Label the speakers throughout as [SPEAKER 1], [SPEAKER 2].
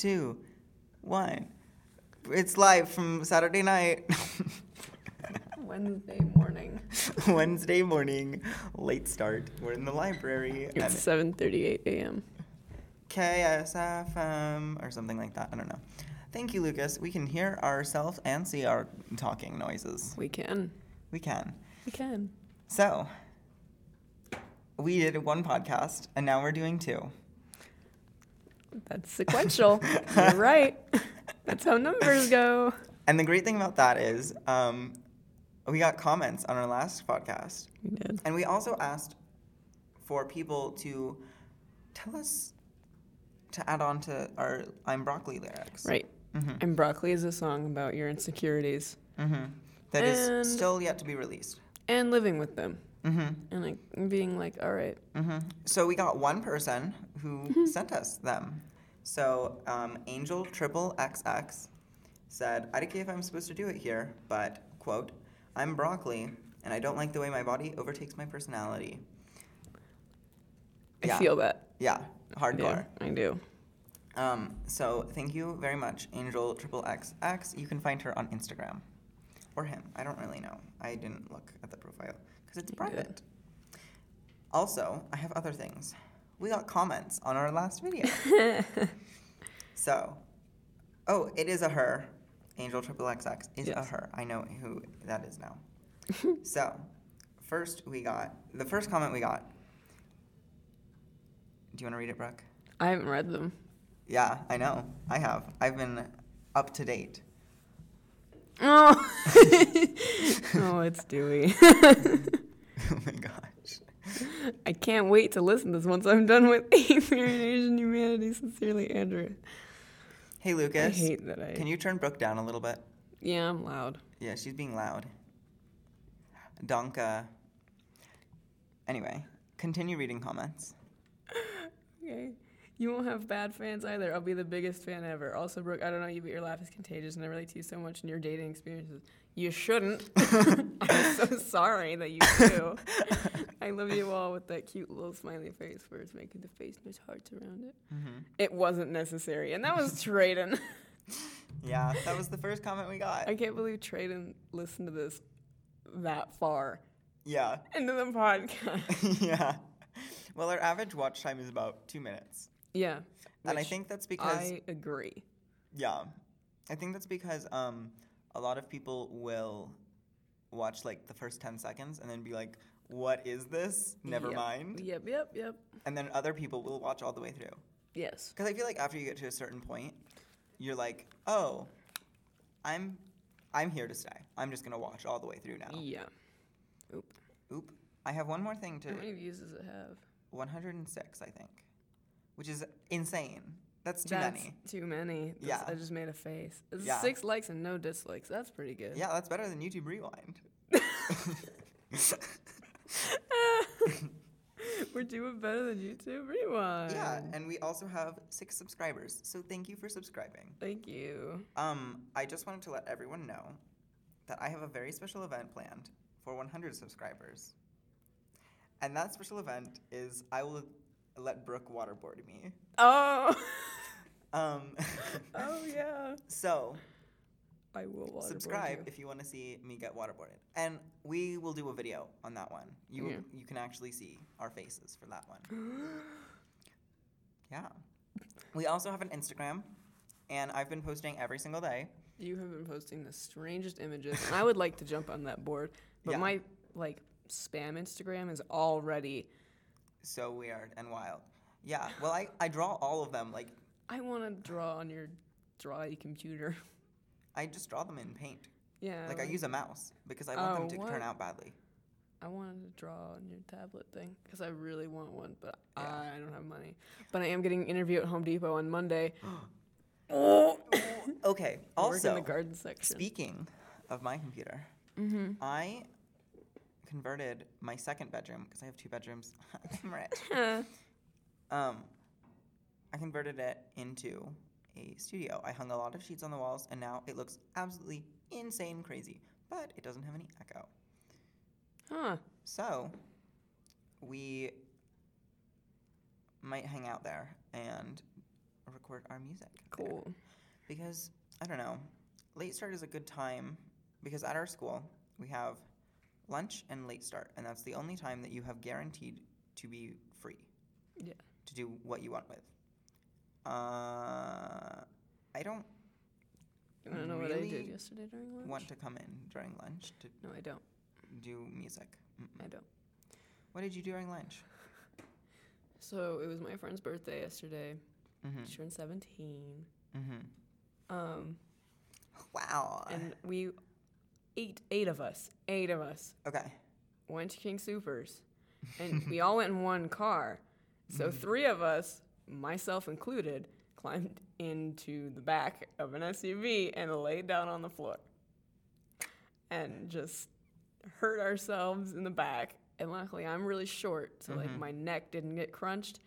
[SPEAKER 1] two, one. It's live from Saturday night,
[SPEAKER 2] Wednesday morning.
[SPEAKER 1] Wednesday morning, late start. We're in the library at
[SPEAKER 2] It's 7:38 a.m.
[SPEAKER 1] KSFM or something like that. I don't know. Thank you, Lucas. We can hear ourselves and see our talking noises.
[SPEAKER 2] We can.
[SPEAKER 1] We can.
[SPEAKER 2] We can.
[SPEAKER 1] So, we did one podcast and now we're doing two.
[SPEAKER 2] That's sequential. You're right. That's how numbers go.
[SPEAKER 1] And the great thing about that is, um, we got comments on our last podcast.
[SPEAKER 2] We did.
[SPEAKER 1] And we also asked for people to tell us to add on to our I'm Broccoli lyrics.
[SPEAKER 2] Right. And Broccoli is a song about your insecurities
[SPEAKER 1] Mm-hmm. That is
[SPEAKER 2] And-
[SPEAKER 1] still yet to be released.
[SPEAKER 2] and living with them. And like being like, all right,
[SPEAKER 1] Mm-hmm. So we got one person who sent us them. So um, Angel Triple XX said, I don't care if I'm supposed to do it here, but, quote, I'm broccoli and I don't like the way my body overtakes my personality.
[SPEAKER 2] I
[SPEAKER 1] Yeah.
[SPEAKER 2] feel that.
[SPEAKER 1] Yeah,
[SPEAKER 2] I do.
[SPEAKER 1] hardcore.
[SPEAKER 2] I do.
[SPEAKER 1] Um, so thank you very much, Angel Triple XX. You can find her on Instagram or him. I don't really know. I didn't look at the profile because it's
[SPEAKER 2] You're good.
[SPEAKER 1] private. Also, I have other things. We got comments on our last video. so, oh, it is a her. Angel Triple XX is a
[SPEAKER 2] Yes.
[SPEAKER 1] her. I know who that is now. so, first we got the first comment we got. Do you want to read it, Brooke?
[SPEAKER 2] I haven't read them.
[SPEAKER 1] Yeah, I know. I have. I've been up to date.
[SPEAKER 2] Oh, oh it's Dewey.
[SPEAKER 1] oh my gosh.
[SPEAKER 2] I can't wait to listen to this once I'm done with Ape and Asian Humanity. Sincerely, Andrew.
[SPEAKER 1] Hey, Lucas.
[SPEAKER 2] I hate that I.
[SPEAKER 1] Can you turn Brooke down a little bit?
[SPEAKER 2] Yeah, I'm loud.
[SPEAKER 1] Yeah, she's being loud. Donka. Anyway, continue reading comments.
[SPEAKER 2] Okay. You won't have bad fans either. I'll be the biggest fan ever. Also, Brooke, I don't know you, but your laugh is contagious, and I relate to you so much in your dating experiences. You shouldn't. I'm so sorry that you do. I love you all with that cute little smiley face where it's making the face and there's hearts around it.
[SPEAKER 1] Mm-hmm.
[SPEAKER 2] It wasn't necessary, and that was Traden.
[SPEAKER 1] Yeah, that was the first comment we got.
[SPEAKER 2] I can't believe Traden listened to this that far
[SPEAKER 1] Yeah.
[SPEAKER 2] into the podcast.
[SPEAKER 1] yeah. Well, our average watch time is about two minutes.
[SPEAKER 2] Yeah.
[SPEAKER 1] and I
[SPEAKER 2] which
[SPEAKER 1] think that's because.
[SPEAKER 2] I agree.
[SPEAKER 1] Yeah. I think that's because um, a lot of people will watch like the first 10 seconds and then be like, what is this? Never
[SPEAKER 2] Yep.
[SPEAKER 1] mind.
[SPEAKER 2] Yep, yep, yep.
[SPEAKER 1] And then other people will watch all the way through.
[SPEAKER 2] Yes.
[SPEAKER 1] Because I feel like after you get to a certain point, you're like, oh, I'm. I'm here to stay. I'm just gonna watch all the way through now.
[SPEAKER 2] Yeah. Oop.
[SPEAKER 1] Oop. I have one more thing to
[SPEAKER 2] How many views does it have?
[SPEAKER 1] 106, I think, which is insane. That's too
[SPEAKER 2] That's
[SPEAKER 1] many.
[SPEAKER 2] Too many. That's-
[SPEAKER 1] Yeah.
[SPEAKER 2] I just made a face. It's
[SPEAKER 1] Yeah.
[SPEAKER 2] Six likes and no dislikes. That's pretty good.
[SPEAKER 1] Yeah, that's better than YouTube Rewind.
[SPEAKER 2] We're doing better than YouTube Rewind.
[SPEAKER 1] Yeah, and we also have six subscribers, so thank you for subscribing.
[SPEAKER 2] Thank you.
[SPEAKER 1] Um, I just wanted to let everyone know that I have a very special event planned for 100 subscribers. And that special event is I will let Brooke waterboard me.
[SPEAKER 2] Oh.
[SPEAKER 1] Um,
[SPEAKER 2] oh yeah.
[SPEAKER 1] so
[SPEAKER 2] I will waterboard
[SPEAKER 1] subscribe
[SPEAKER 2] you.
[SPEAKER 1] if you want to see me get waterboarded, and we will do a video on that one. You
[SPEAKER 2] Yeah.
[SPEAKER 1] you can actually see our faces for that one. yeah, we also have an Instagram, and I've been posting every single day.
[SPEAKER 2] You have been posting the strangest images, and I would like to jump on that board, but
[SPEAKER 1] Yeah.
[SPEAKER 2] my like spam Instagram is already.
[SPEAKER 1] So weird and wild. Yeah. Well, I I draw all of them. Like
[SPEAKER 2] I want to draw on your dry computer.
[SPEAKER 1] I just draw them in paint.
[SPEAKER 2] yeah.
[SPEAKER 1] Like I use a mouse because I want
[SPEAKER 2] Oh,
[SPEAKER 1] them to
[SPEAKER 2] what?
[SPEAKER 1] turn out badly.
[SPEAKER 2] I wanted to draw on your tablet thing because I really want one, but I don't have money. But I am getting an interview at Home Depot on Monday. oh,
[SPEAKER 1] Okay.
[SPEAKER 2] I work in the
[SPEAKER 1] Also,
[SPEAKER 2] garden section.
[SPEAKER 1] Speaking of my computer, I converted my second bedroom because I have two bedrooms. I'm rich. um, I converted it into a studio. I hung a lot of sheets on the walls, and now it looks absolutely insane crazy. But it doesn't have any echo.
[SPEAKER 2] Huh?
[SPEAKER 1] So we might hang out there and record our music. there.
[SPEAKER 2] Cool.
[SPEAKER 1] Because I don't know, late start is a good time because at our school we have lunch and late start, and that's the only time that you have guaranteed to be free.
[SPEAKER 2] Yeah.
[SPEAKER 1] To do what you want with. Uh, I don't
[SPEAKER 2] You want to know what I did
[SPEAKER 1] Really
[SPEAKER 2] yesterday during lunch?
[SPEAKER 1] want to come in during lunch to
[SPEAKER 2] No, I don't.
[SPEAKER 1] do music. Mm-mm.
[SPEAKER 2] I don't.
[SPEAKER 1] What did you do during lunch?
[SPEAKER 2] So it was my friend's birthday yesterday.
[SPEAKER 1] Mm-hmm.
[SPEAKER 2] She turned 17.
[SPEAKER 1] Mm-hmm.
[SPEAKER 2] Um,
[SPEAKER 1] Wow.
[SPEAKER 2] and we, eight, eight of us, eight of us,
[SPEAKER 1] okay.
[SPEAKER 2] went to King Supers, and we all went in one car. So three of us, myself included, climbed into the back of an SUV and laid down on the floor, and just hurt ourselves in the back. And luckily, I'm really short, so like my neck didn't get crunched.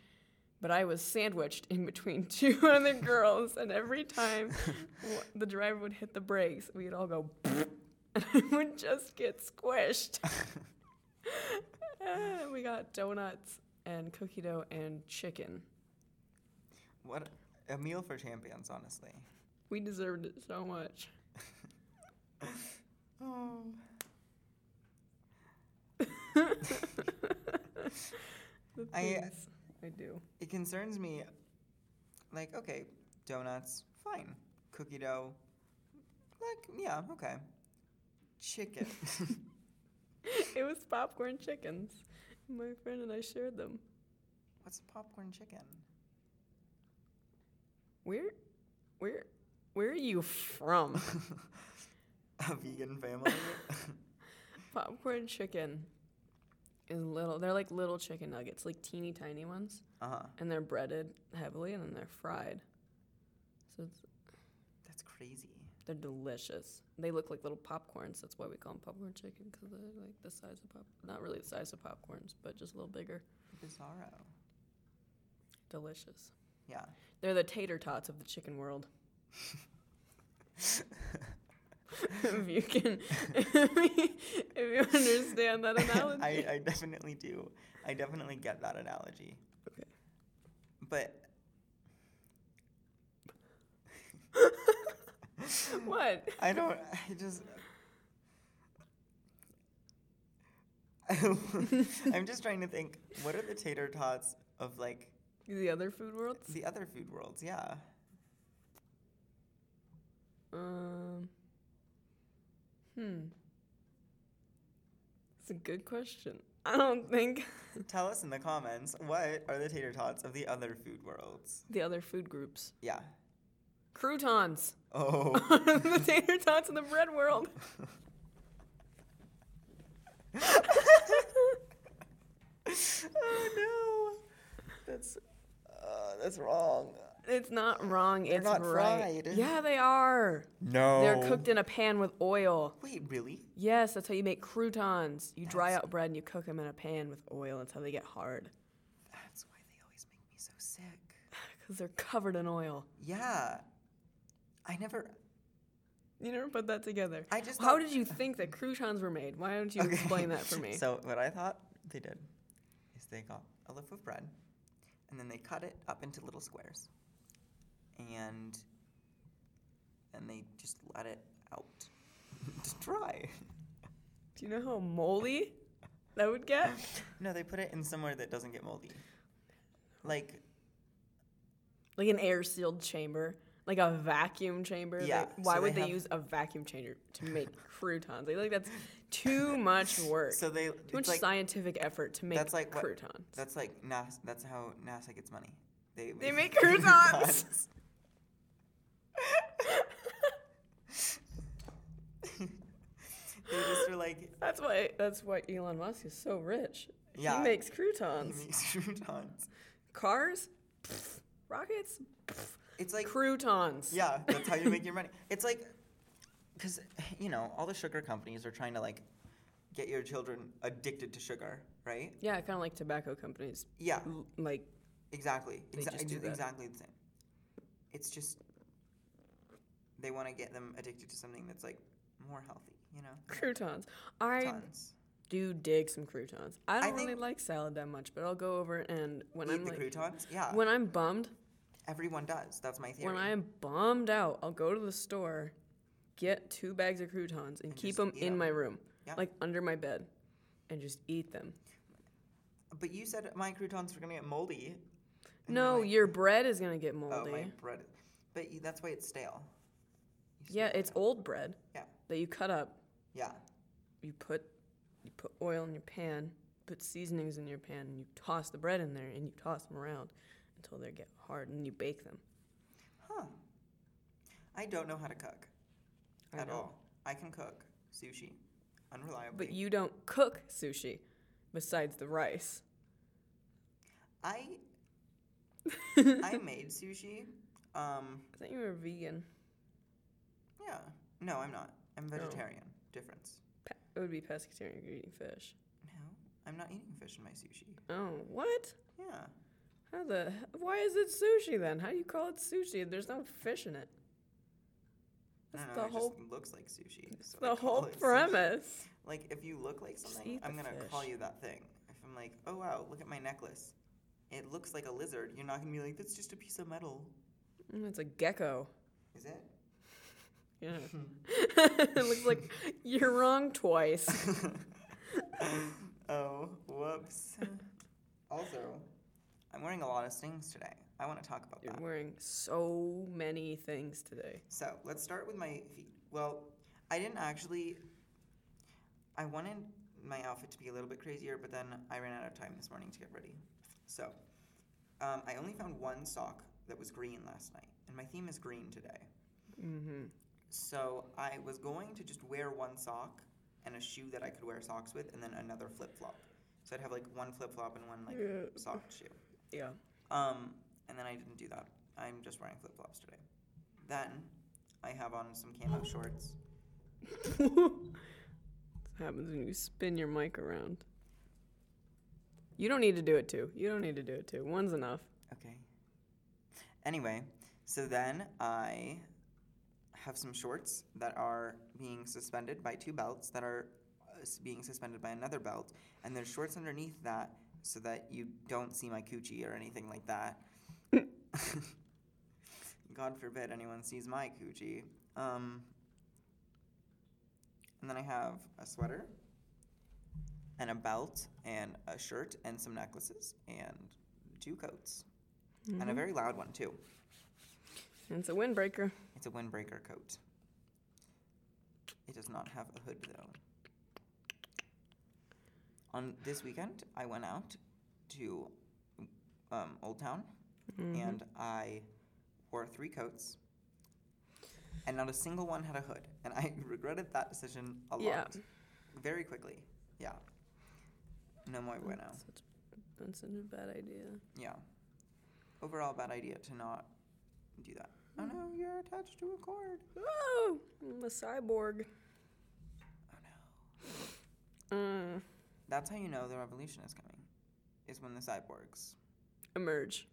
[SPEAKER 2] But I was sandwiched in between two other girls, and every time w- the driver would hit the brakes, we'd all go, and I would just get squished. Uh, we got donuts and cookie dough and chicken.
[SPEAKER 1] What a meal for champions, honestly.
[SPEAKER 2] We deserved it so much.
[SPEAKER 1] Oh.
[SPEAKER 2] The
[SPEAKER 1] I-
[SPEAKER 2] things I, uh, do.
[SPEAKER 1] It concerns me. Like, okay, donuts, fine. Cookie dough, like, yeah, okay. Chicken.
[SPEAKER 2] It was popcorn chickens. My friend and I shared them.
[SPEAKER 1] What's popcorn chicken?
[SPEAKER 2] Where, where, where are you from?
[SPEAKER 1] A vegan family?
[SPEAKER 2] popcorn chicken is little. They're like little chicken nuggets, like teeny tiny ones,
[SPEAKER 1] uh huh.
[SPEAKER 2] and they're breaded heavily and then they're fried. So it's,
[SPEAKER 1] That's crazy.
[SPEAKER 2] they're delicious. They look like little popcorns. That's why we call them popcorn chicken because they're like the size of pop. Not really the size of popcorns, but just a little bigger.
[SPEAKER 1] Bizarro.
[SPEAKER 2] Delicious.
[SPEAKER 1] Yeah.
[SPEAKER 2] They're the tater tots of the chicken world. if you can, if you understand that analogy.
[SPEAKER 1] I, I definitely do. I definitely get that analogy.
[SPEAKER 2] Okay.
[SPEAKER 1] But
[SPEAKER 2] what?
[SPEAKER 1] I don't. I just. I'm just trying to think. What are the tater tots of like
[SPEAKER 2] The other food worlds?
[SPEAKER 1] the other food worlds? Yeah.
[SPEAKER 2] Um. Hmm. It's a good question. I don't think
[SPEAKER 1] Tell us in the comments what are the tater tots of the other food worlds?
[SPEAKER 2] the other food groups.
[SPEAKER 1] Yeah.
[SPEAKER 2] Croutons.
[SPEAKER 1] Oh.
[SPEAKER 2] the tater tots in the bread world.
[SPEAKER 1] oh no. That's. Uh, that's wrong.
[SPEAKER 2] It's not wrong.
[SPEAKER 1] They're
[SPEAKER 2] it's
[SPEAKER 1] not
[SPEAKER 2] right.
[SPEAKER 1] fried.
[SPEAKER 2] Yeah, they are.
[SPEAKER 1] No.
[SPEAKER 2] They're cooked in a pan with oil.
[SPEAKER 1] Wait, really?
[SPEAKER 2] Yes, that's how you make croutons. You dry
[SPEAKER 1] That's-
[SPEAKER 2] out bread and you cook them in a pan with oil until they get hard.
[SPEAKER 1] That's why they always make me so sick.
[SPEAKER 2] Because they're covered in oil.
[SPEAKER 1] Yeah. I never.
[SPEAKER 2] You never put that together.
[SPEAKER 1] I just.
[SPEAKER 2] How
[SPEAKER 1] thought-
[SPEAKER 2] did you think that croutons were made? Why don't you
[SPEAKER 1] Okay.
[SPEAKER 2] explain that for me?
[SPEAKER 1] So what I thought they did is they got a loaf of bread, and then they cut it up into little squares, and and they just let it out to dry.
[SPEAKER 2] Do you know how moldy that would get?
[SPEAKER 1] No, they put it in somewhere that doesn't get moldy. Like
[SPEAKER 2] Like an air sealed chamber, like a vacuum chamber. They-
[SPEAKER 1] Yeah,
[SPEAKER 2] why
[SPEAKER 1] so
[SPEAKER 2] would
[SPEAKER 1] they
[SPEAKER 2] they
[SPEAKER 1] have-
[SPEAKER 2] use a vacuum chamber to make croutons? I feel like that's too much work.
[SPEAKER 1] so they.
[SPEAKER 2] too much
[SPEAKER 1] it's like,
[SPEAKER 2] scientific effort to make
[SPEAKER 1] that's like what-
[SPEAKER 2] croutons.
[SPEAKER 1] That's like NASA. That's how NASA gets money. They
[SPEAKER 2] They make croutons.
[SPEAKER 1] they just were like,
[SPEAKER 2] That's why that's why Elon Musk is so rich.
[SPEAKER 1] Yeah. Mm-hmm.
[SPEAKER 2] He makes
[SPEAKER 1] he
[SPEAKER 2] croutons.
[SPEAKER 1] makes croutons.
[SPEAKER 2] Cars? Pff, rockets? Pff,
[SPEAKER 1] It's like,
[SPEAKER 2] croutons.
[SPEAKER 1] yeah, that's how you make your money. It's like, because you know, all the sugar companies are trying to like get your children addicted to sugar, right?
[SPEAKER 2] Yeah, kind of like tobacco companies.
[SPEAKER 1] Yeah,
[SPEAKER 2] L- Like
[SPEAKER 1] exactly.
[SPEAKER 2] They
[SPEAKER 1] Exa-
[SPEAKER 2] just do
[SPEAKER 1] ex-
[SPEAKER 2] that.
[SPEAKER 1] exactly the same. It's just they want to get them addicted to something that's like more healthy, you know?
[SPEAKER 2] croutons. I
[SPEAKER 1] Tons.
[SPEAKER 2] do dig some croutons. I
[SPEAKER 1] I
[SPEAKER 2] don't really
[SPEAKER 1] think-
[SPEAKER 2] like salad that much, but I'll go over and when
[SPEAKER 1] Eat
[SPEAKER 2] I'm
[SPEAKER 1] the
[SPEAKER 2] like
[SPEAKER 1] croutons. Yeah.
[SPEAKER 2] when I'm bummed,
[SPEAKER 1] Everyone does. That's my theory.
[SPEAKER 2] When I am bummed out, I'll go to the store, get two bags of croutons, and, keep
[SPEAKER 1] just
[SPEAKER 2] 'em keep them
[SPEAKER 1] eat
[SPEAKER 2] in
[SPEAKER 1] 'em.
[SPEAKER 2] my room,
[SPEAKER 1] Yeah.
[SPEAKER 2] like under my bed, and just eat them.
[SPEAKER 1] But you said my croutons were gonna get moldy. And you're
[SPEAKER 2] no,
[SPEAKER 1] like,
[SPEAKER 2] your bread is gonna get
[SPEAKER 1] Oh,
[SPEAKER 2] moldy.
[SPEAKER 1] my bread. But you, that's why it's stale. You
[SPEAKER 2] yeah,
[SPEAKER 1] still-
[SPEAKER 2] it's old bread
[SPEAKER 1] Yeah.
[SPEAKER 2] that you cut up.
[SPEAKER 1] Yeah.
[SPEAKER 2] You put you put oil in your pan, put seasonings in your pan, and you toss the bread in there, and you toss them around until they get hard, and you bake them.
[SPEAKER 1] Huh. I don't know how to cook
[SPEAKER 2] I
[SPEAKER 1] at
[SPEAKER 2] know.
[SPEAKER 1] all. I can cook sushi, unreliably.
[SPEAKER 2] But you don't cook sushi, besides the rice.
[SPEAKER 1] I I made sushi. Um,
[SPEAKER 2] I thought you were vegan.
[SPEAKER 1] yeah. No, I'm not. I'm
[SPEAKER 2] No.
[SPEAKER 1] vegetarian. Difference.
[SPEAKER 2] Pe- it would be pescatarian if you're eating fish.
[SPEAKER 1] No, I'm not eating fish in my sushi.
[SPEAKER 2] Oh, what?
[SPEAKER 1] Yeah.
[SPEAKER 2] How the? Why is it sushi then? How do you call it sushi? There's no fish in it.
[SPEAKER 1] I
[SPEAKER 2] That's
[SPEAKER 1] don't know.
[SPEAKER 2] the
[SPEAKER 1] it
[SPEAKER 2] whole.
[SPEAKER 1] just looks like sushi. so
[SPEAKER 2] The
[SPEAKER 1] they call
[SPEAKER 2] whole
[SPEAKER 1] it sushi.
[SPEAKER 2] premise.
[SPEAKER 1] Like if you look like something,
[SPEAKER 2] eat the
[SPEAKER 1] I'm gonna call
[SPEAKER 2] fish.
[SPEAKER 1] you that thing. If I'm like, oh wow, look at my necklace. It looks like a lizard. You're not gonna be like, that's just a piece of metal.
[SPEAKER 2] Mm, It's a gecko.
[SPEAKER 1] Is it?
[SPEAKER 2] Yeah. it looks like you're wrong twice.
[SPEAKER 1] Oh, whoops. also, I'm wearing a lot of things today. I want to talk about
[SPEAKER 2] You're
[SPEAKER 1] that.
[SPEAKER 2] wearing so many things today.
[SPEAKER 1] So let's start with my feet. Well, I didn't actually. I wanted my outfit to be a little bit crazier, but then I ran out of time this morning to get ready. So um, I only found one sock that was green last night, and my theme is green today.
[SPEAKER 2] Mm-hmm.
[SPEAKER 1] So I was going to just wear one sock and a shoe that I could wear socks with, and then another flip flop. So I'd have like one flip flop and one like
[SPEAKER 2] Yeah.
[SPEAKER 1] sock shoe.
[SPEAKER 2] Yeah.
[SPEAKER 1] Um, and then I didn't do that. I'm just wearing flip flops today. Then I have on some camo shorts.
[SPEAKER 2] This happens when you spin your mic around. You don't need to do it too. You don't need to do it too. One's enough.
[SPEAKER 1] Okay. Anyway, so then I have some shorts that are being suspended by two belts that are uh, s- being suspended by another belt, and there's shorts underneath that so that you don't see my coochie or anything like that. God forbid anyone sees my coochie. Um, and then I have a sweater and a belt and a shirt and some necklaces and two coats
[SPEAKER 2] Mm-hmm.
[SPEAKER 1] and a very loud one too.
[SPEAKER 2] It's a windbreaker.
[SPEAKER 1] It's a windbreaker coat. It does not have a hood though. On this weekend, I went out to um, Old Town
[SPEAKER 2] Mm-hmm.
[SPEAKER 1] and I wore three coats, and not a single one had a hood. And I regretted that decision a lot.
[SPEAKER 2] Yeah.
[SPEAKER 1] Very quickly. Yeah. No
[SPEAKER 2] Mm.
[SPEAKER 1] more bueno.
[SPEAKER 2] Such, that's such a bad idea.
[SPEAKER 1] Yeah. Overall, bad idea to not do that. Oh no, you're attached to a cord.
[SPEAKER 2] Oh, I'm a cyborg.
[SPEAKER 1] Oh no.
[SPEAKER 2] Mm.
[SPEAKER 1] That's how you know the revolution is coming, is when the cyborgs.
[SPEAKER 2] Emerge.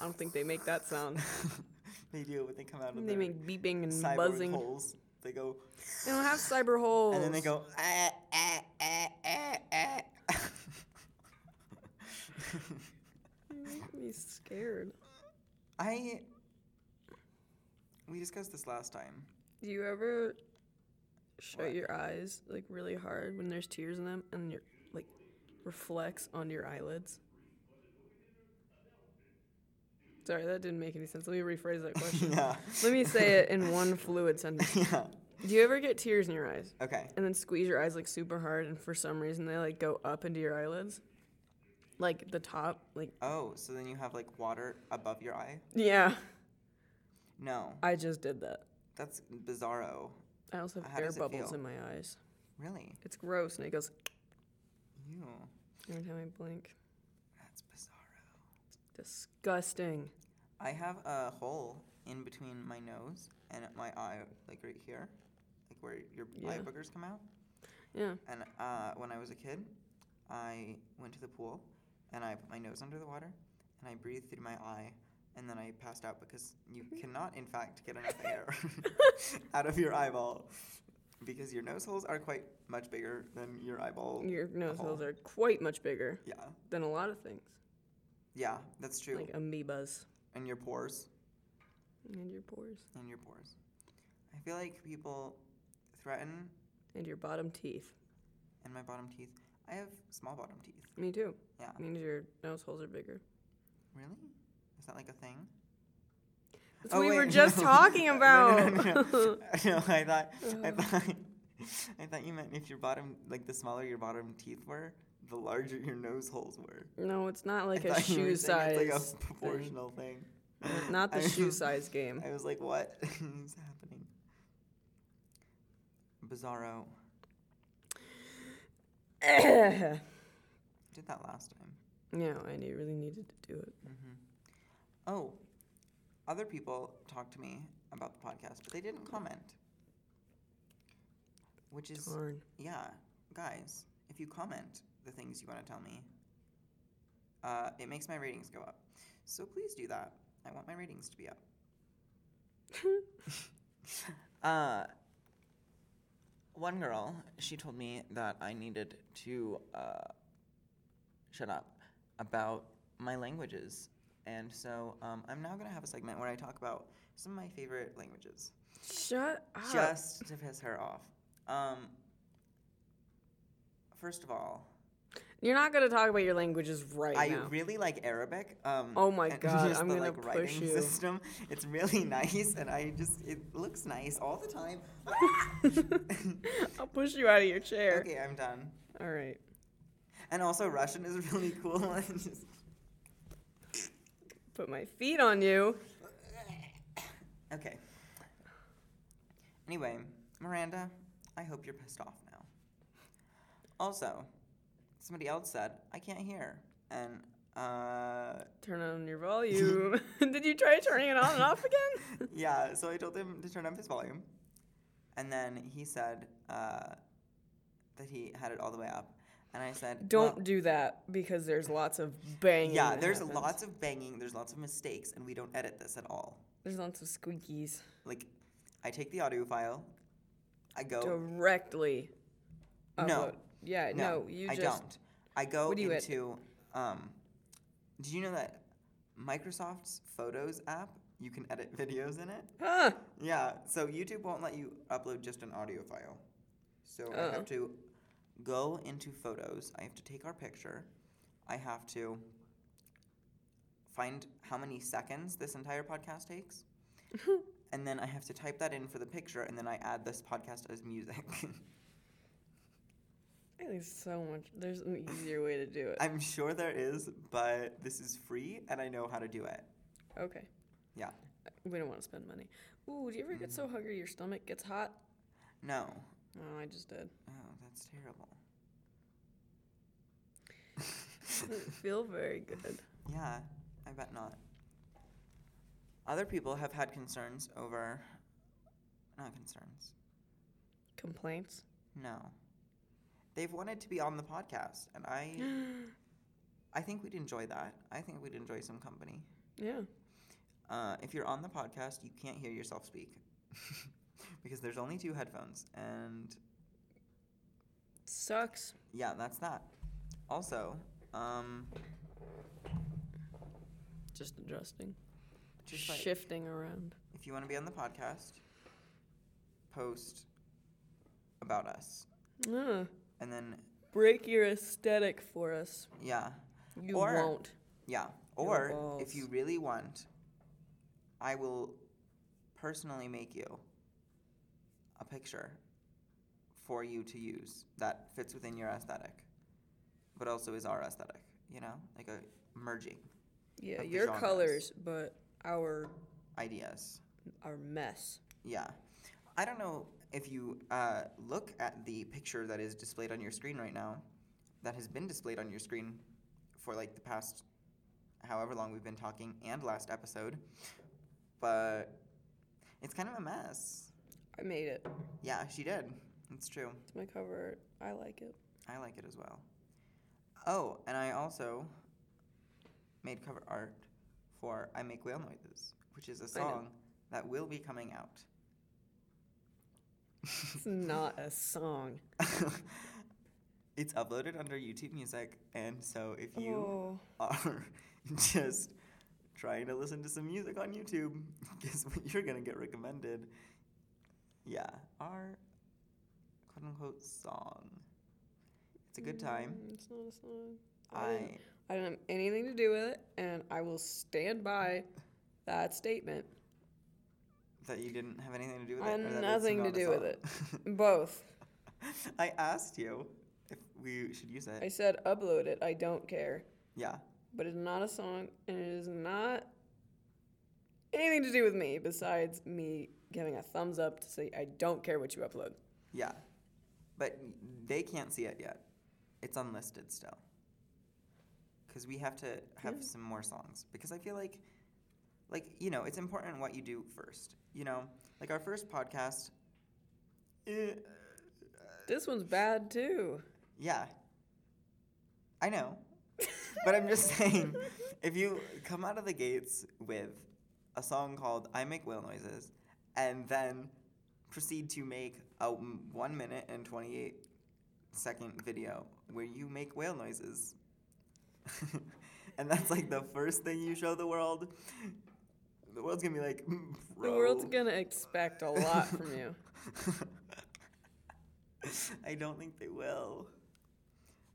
[SPEAKER 2] I don't think they make that sound.
[SPEAKER 1] They do when they come out of
[SPEAKER 2] They
[SPEAKER 1] their
[SPEAKER 2] make beeping and
[SPEAKER 1] cyborg
[SPEAKER 2] buzzing.
[SPEAKER 1] holes. They go,
[SPEAKER 2] They don't have cyber holes.
[SPEAKER 1] and then they go, ah, ah, ah, ah, ah.
[SPEAKER 2] You make me scared.
[SPEAKER 1] I. We discussed this last time.
[SPEAKER 2] Do you ever shut
[SPEAKER 1] What?
[SPEAKER 2] your eyes like really hard when there's tears in them and your like reflects onto your eyelids? Sorry, that didn't make any sense. Let me rephrase that question.
[SPEAKER 1] yeah.
[SPEAKER 2] Oh, Let me say it in one fluid sentence.
[SPEAKER 1] yeah.
[SPEAKER 2] Do you ever get tears in your eyes
[SPEAKER 1] Okay.
[SPEAKER 2] and then squeeze your eyes like super hard and for some reason they like go up into your eyelids? Like the top, like
[SPEAKER 1] Oh, so then you have like water above your eye?
[SPEAKER 2] yeah,
[SPEAKER 1] No,
[SPEAKER 2] I just did that.
[SPEAKER 1] that's bizarro.
[SPEAKER 2] I also have
[SPEAKER 1] How
[SPEAKER 2] air
[SPEAKER 1] does it
[SPEAKER 2] bubbles
[SPEAKER 1] feel?
[SPEAKER 2] in my eyes.
[SPEAKER 1] Really?
[SPEAKER 2] It's gross and it goes
[SPEAKER 1] Ew.
[SPEAKER 2] every time I blink.
[SPEAKER 1] That's bizarro.
[SPEAKER 2] Disgusting.
[SPEAKER 1] I have a hole in between my nose and my eye, like right here, like where your eye
[SPEAKER 2] Yeah.
[SPEAKER 1] boogers come out.
[SPEAKER 2] Yeah.
[SPEAKER 1] And uh, when I was a kid, I went to the pool and I put my nose under the water and I breathed through my eye and then I passed out because you
[SPEAKER 2] Mm-hmm.
[SPEAKER 1] cannot, in fact, get enough air out of your eyeball because your nose holes are quite much bigger than your eyeball.
[SPEAKER 2] Your nose
[SPEAKER 1] hole.
[SPEAKER 2] holes are quite much bigger
[SPEAKER 1] Yeah,
[SPEAKER 2] than a lot of things.
[SPEAKER 1] Yeah, that's true.
[SPEAKER 2] like amoebas
[SPEAKER 1] and your pores.
[SPEAKER 2] and your pores
[SPEAKER 1] And your pores. I feel like people threaten,
[SPEAKER 2] and your bottom teeth.
[SPEAKER 1] and my bottom teeth. I have small bottom teeth.
[SPEAKER 2] Me too.
[SPEAKER 1] Yeah.
[SPEAKER 2] Means your nose holes are bigger.
[SPEAKER 1] Really? Is that like a thing?
[SPEAKER 2] That's
[SPEAKER 1] Oh,
[SPEAKER 2] what we were
[SPEAKER 1] wait,
[SPEAKER 2] just
[SPEAKER 1] no.
[SPEAKER 2] talking
[SPEAKER 1] No,
[SPEAKER 2] about.
[SPEAKER 1] no, no, no. No, I thought, I thought, I thought you meant if your bottom, like the smaller your bottom teeth were, the larger your nose holes were.
[SPEAKER 2] No, it's not like
[SPEAKER 1] I
[SPEAKER 2] a
[SPEAKER 1] thought you were
[SPEAKER 2] shoe
[SPEAKER 1] saying
[SPEAKER 2] size.
[SPEAKER 1] it's like a
[SPEAKER 2] thing.
[SPEAKER 1] proportional thing.
[SPEAKER 2] Not the
[SPEAKER 1] I
[SPEAKER 2] shoe
[SPEAKER 1] was-
[SPEAKER 2] size game.
[SPEAKER 1] I was like, what is happening? Bizarro.
[SPEAKER 2] yeah,
[SPEAKER 1] Did that last time.
[SPEAKER 2] and you really needed to do it.
[SPEAKER 1] Oh, other people talked to me about the podcast, but they didn't comment. Which is,
[SPEAKER 2] Darn.
[SPEAKER 1] yeah, guys, if you comment the things you want to tell me, uh, it makes my ratings go up. So please do that. I want my ratings to be up. uh, one girl, she told me that I needed to uh, shut up about my languages. And so um, I'm now going to have a segment where I talk about some of my favorite languages
[SPEAKER 2] Shut up.
[SPEAKER 1] just to piss her off. Um, first of all,
[SPEAKER 2] You're not gonna talk about your languages right
[SPEAKER 1] I
[SPEAKER 2] now.
[SPEAKER 1] really like Arabic. Um,
[SPEAKER 2] Oh my
[SPEAKER 1] and
[SPEAKER 2] God,
[SPEAKER 1] just
[SPEAKER 2] I'm
[SPEAKER 1] the,
[SPEAKER 2] gonna
[SPEAKER 1] like, writing
[SPEAKER 2] push you.
[SPEAKER 1] System, it's really nice, and I just it looks nice all the time.
[SPEAKER 2] I'll push you out of your chair.
[SPEAKER 1] okay, I'm done.
[SPEAKER 2] All right.
[SPEAKER 1] And also Russian is really cool. and just,
[SPEAKER 2] Put my feet on you.
[SPEAKER 1] okay. Anyway, Miranda, I hope you're pissed off now. Also, somebody else said I can't hear, and uh.
[SPEAKER 2] Turn on your volume. Did you try turning it on and off again?
[SPEAKER 1] yeah, so I told him to turn up his volume. And then he said uh, that he had it all the way up. And I said,
[SPEAKER 2] Don't
[SPEAKER 1] "Well,
[SPEAKER 2] do that because there's lots of banging.
[SPEAKER 1] yeah,
[SPEAKER 2] that
[SPEAKER 1] there's
[SPEAKER 2] happens.
[SPEAKER 1] lots of banging, there's lots of mistakes, and we don't edit this at all.
[SPEAKER 2] There's lots of squeakies
[SPEAKER 1] Like, I take the audio file, I go.
[SPEAKER 2] directly.
[SPEAKER 1] Oh. No.
[SPEAKER 2] upload- Yeah. No. you
[SPEAKER 1] I
[SPEAKER 2] just.
[SPEAKER 1] don't. I go
[SPEAKER 2] What do you edit?
[SPEAKER 1] into. Um, did you know that Microsoft's Photos app, you can edit videos in it?
[SPEAKER 2] Huh.
[SPEAKER 1] Yeah, so YouTube won't let you upload just an audio file. So I
[SPEAKER 2] Oh.
[SPEAKER 1] have to go into photos. I have to take our picture. I have to find how many seconds this entire podcast takes. and then I have to type that in for the picture, and then I add this podcast as music.
[SPEAKER 2] I think there's so much. There's an easier way to do it.
[SPEAKER 1] I'm sure there is, but this is free, and I know how to do it.
[SPEAKER 2] Okay.
[SPEAKER 1] Yeah.
[SPEAKER 2] We don't want to spend money. Ooh, do you ever get
[SPEAKER 1] Mm.
[SPEAKER 2] so hungry your stomach gets hot?
[SPEAKER 1] No.
[SPEAKER 2] Oh, I just did.
[SPEAKER 1] Oh, that's terrible.
[SPEAKER 2] Doesn't feel very good.
[SPEAKER 1] Yeah, I bet not. Other people have had concerns over. Not concerns.
[SPEAKER 2] Complaints?
[SPEAKER 1] No. They've wanted to be on the podcast, and I. I think we'd enjoy that. I think we'd enjoy some company.
[SPEAKER 2] Yeah.
[SPEAKER 1] Uh, if you're on the podcast, you can't hear yourself speak because there's only two headphones, and
[SPEAKER 2] Sucks.
[SPEAKER 1] yeah, that's that. Also, um,
[SPEAKER 2] Just adjusting.
[SPEAKER 1] just like
[SPEAKER 2] Shifting around.
[SPEAKER 1] if you want to be on the podcast, post about us,
[SPEAKER 2] Ugh.
[SPEAKER 1] and then
[SPEAKER 2] Break your aesthetic for us.
[SPEAKER 1] yeah,
[SPEAKER 2] You
[SPEAKER 1] Or-
[SPEAKER 2] won't.
[SPEAKER 1] Yeah.
[SPEAKER 2] Your
[SPEAKER 1] Or if you
[SPEAKER 2] balls.
[SPEAKER 1] really want, I will personally make you a picture for you to use that fits within your aesthetic, but also is our aesthetic, you know? Like a merging
[SPEAKER 2] Yeah,
[SPEAKER 1] of the
[SPEAKER 2] your
[SPEAKER 1] genres.
[SPEAKER 2] colors, but our
[SPEAKER 1] ideas.
[SPEAKER 2] our mess.
[SPEAKER 1] Yeah. I don't know if you uh, look at the picture that is displayed on your screen right now, that has been displayed on your screen for like the past however long we've been talking and last episode, but it's kind of a mess.
[SPEAKER 2] I made it.
[SPEAKER 1] Yeah, she did. It's true.
[SPEAKER 2] It's my cover art. I like it.
[SPEAKER 1] I like it as well. Oh, and I also made cover art for I Make Whale Noises, which is a
[SPEAKER 2] I know.
[SPEAKER 1] song that will be coming out.
[SPEAKER 2] It's not a song.
[SPEAKER 1] It's uploaded under YouTube Music, and so if you
[SPEAKER 2] Oh.
[SPEAKER 1] are just trying to listen to some music on YouTube, guess what you're gonna get recommended? Yeah, our quote unquote song. It's a good time.
[SPEAKER 2] Mm, It's not a song. didn't-
[SPEAKER 1] I
[SPEAKER 2] I don't have anything to do with it, and I will stand by that statement.
[SPEAKER 1] that you didn't have anything to do with it.
[SPEAKER 2] I had
[SPEAKER 1] or that it's
[SPEAKER 2] nothing to
[SPEAKER 1] not a
[SPEAKER 2] do with
[SPEAKER 1] song?
[SPEAKER 2] Both.
[SPEAKER 1] I asked you if we should use
[SPEAKER 2] I
[SPEAKER 1] it.
[SPEAKER 2] said upload it. I don't care.
[SPEAKER 1] Yeah.
[SPEAKER 2] But it's not a song, and it is not anything to do with me besides me giving a thumbs up to say I don't care what you upload.
[SPEAKER 1] Yeah. But they can't see it yet. It's unlisted still. Because we have to have some more songs. Because I feel like, like, you know, it's important what you do first. You know, like our first podcast, eh,
[SPEAKER 2] This one's bad too.
[SPEAKER 1] yeah. I know. but I'm just saying, if you come out of the gates with a song called I Make Whale Noises and then proceed to make a m- 1 minute and 28 second video where you make whale noises, and that's like the first thing you show the world, the world's gonna be like, "Mm,
[SPEAKER 2] The world's
[SPEAKER 1] bro."
[SPEAKER 2] gonna expect a lot from you.
[SPEAKER 1] I don't think they will.